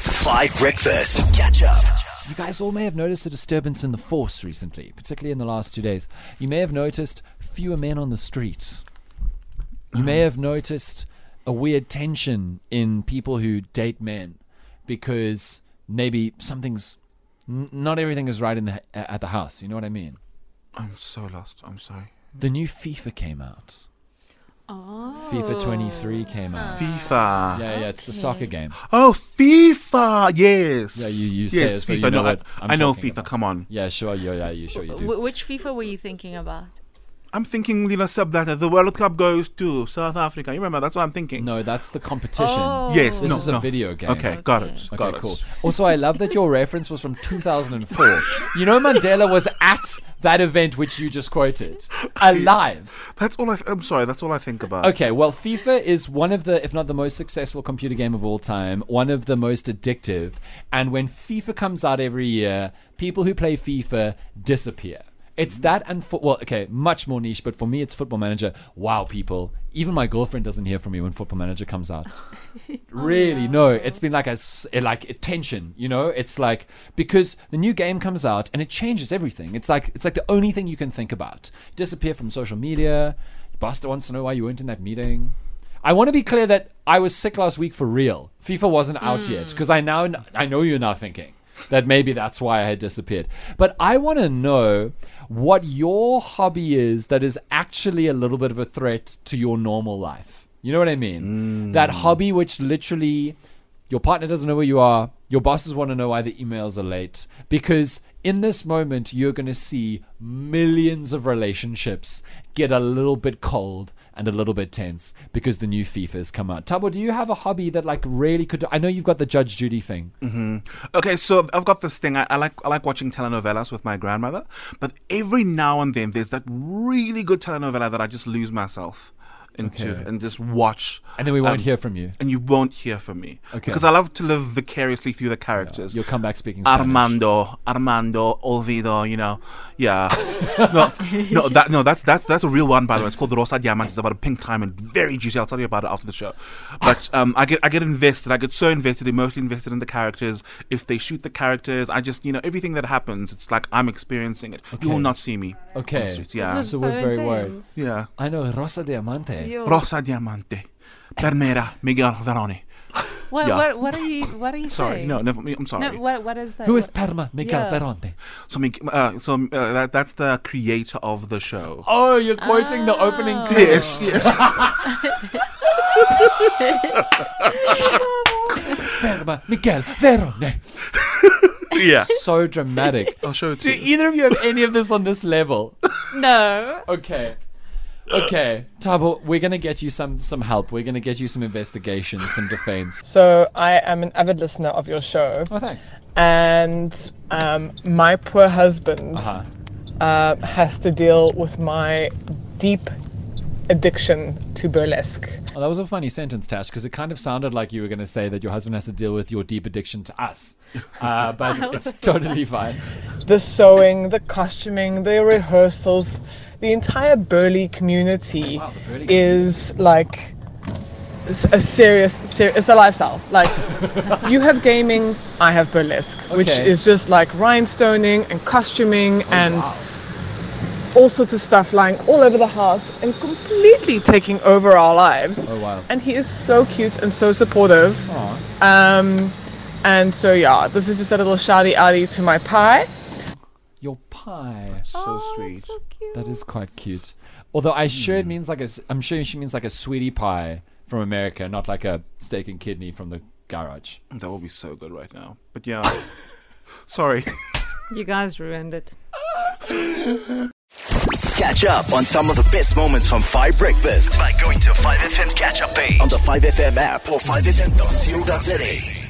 Five Breakfast. Catch up. You guys all may have noticed a disturbance in the force recently, particularly in the last two days. You may have noticed fewer men on the streets. You may have noticed a weird tension in people who date men because maybe something's n- not everything is right in the at the house. You know what I mean? I'm so lost. I'm sorry. The new FIFA came out. FIFA 23 came out. FIFA. Yeah, yeah, it's the soccer game. Oh, FIFA. Yes. Yeah, you- you say it, yes, FIFA. but you know no, I- what I'm I, know talking FIFA. about. Come on. Yeah, sure, yeah, yeah, you sure you do. Wh- which FIFA were you thinking about? I'm thinking Lila Sub that uh, the World Cup goes to South Africa. You remember? That's what I'm thinking. No, that's the competition. Oh. Yes. This no. is a no. video game. Okay, Got Okay. it. Okay, got cool. it. Also, I love that your reference was from 2004. You know, Mandela was at that event which you just quoted, alive. That's all. I th- I'm sorry. That's all I think about. Okay, well, FIFA is one of the, if not the most successful computer game of all time, one of the most addictive. And when FIFA comes out every year, people who play FIFA disappear. It's that and fo- well, okay, much more niche, but for me, it's Football Manager. Wow, people! Even my girlfriend doesn't hear from me when Football Manager comes out. Oh, Really, no. It's been like a s- a- like a tension, you know. It's like because the new game comes out and it changes everything. It's like it's like the only thing you can think about. Disappear from social media. Buster wants to know why you weren't in that meeting. I want to be clear that I was sick last week for real. FIFA wasn't out yet because I now kn- I know you're now thinking that maybe that's why I had disappeared. But I want to know what your hobby is that is actually a little bit of a threat to your normal life. You know what I mean? That hobby which literally your partner doesn't know where you are, your bosses want to know why the emails are late because in this moment you're going to see millions of relationships get a little bit cold and a little bit tense because the new FIFA has come out. Tabo, do you have a hobby that like really could? I know you've got the Judge Judy thing. Okay, so I've got this thing. I, I like I like watching telenovelas with my grandmother, but every now and then there's that really good telenovela that I just lose myself into Okay. and just watch. And then we won't Um, hear from you. and you won't hear from me Okay. because I love to live vicariously through the characters. You'll come back speaking Spanish. Armando, Armando, Olvido, you know, yeah. no, no, that, no, that's that's that's a real one by the way. It's called Rosa Diamante. It's about a pink diamond, very juicy. I'll tell you about it after the show. But um, I get I get invested. I get so invested, emotionally invested in the characters. If they shoot the characters, I just you know everything that happens, it's like I'm experiencing it. You will Okay. not see me. on the Okay. streets, yeah, was- Ah. So we're very worried. yeah. I know Rosa Diamante. Rosa Diamante, Bernera, Miguel Verone. What, Yeah. what, what are you what are you Sorry, saying? no, never. I'm sorry. No, what, what is that? Who is What- Perma Miguel Yeah. Ferrante? So, Mik- uh, so uh, that, that's the creator of the show. Oh, you're quoting the opening. Oh. credits. yes. Perma Miguel Ferrante. yeah. So dramatic. I'll show it Do to you. either of you have any of this on this level? No. Okay. Okay, Tabo, we're gonna get you some some help. We're gonna get you some investigation, some defense. So I am an avid listener of your show, Oh, thanks. and um, my poor husband Uh-huh. uh, has to deal with my deep addiction to burlesque. Well, Oh, that was a funny sentence, Tash, because it kind of sounded like you were gonna say that your husband has to deal with your deep addiction to us, uh, but it's totally fine. The sewing, the costuming, the rehearsals, the entire burly community Wow, the burly is like s- a serious, ser- it's a lifestyle. Like you have gaming, I have burlesque, which Okay. Oh, is just like rhinestoning and costuming and. Wow. all sorts of stuff lying all over the house and completely taking over our lives. Oh wow. And he is so cute and so supportive. Aw. Um, and so yeah, this is just a little shouty outy to my pie. Your pie. So Oh, sweet. that's so cute. That is quite cute. Although I sure it means like a, s- I'm sure she means like a sweetie pie from America, not like a steak and kidney from the garage. That would be so good right now. But yeah. sorry. You guys ruined it. Catch up on some of the best moments from Five Breakfast by going to 5FM's catch up page on the 5FM app or 5FM.co.za.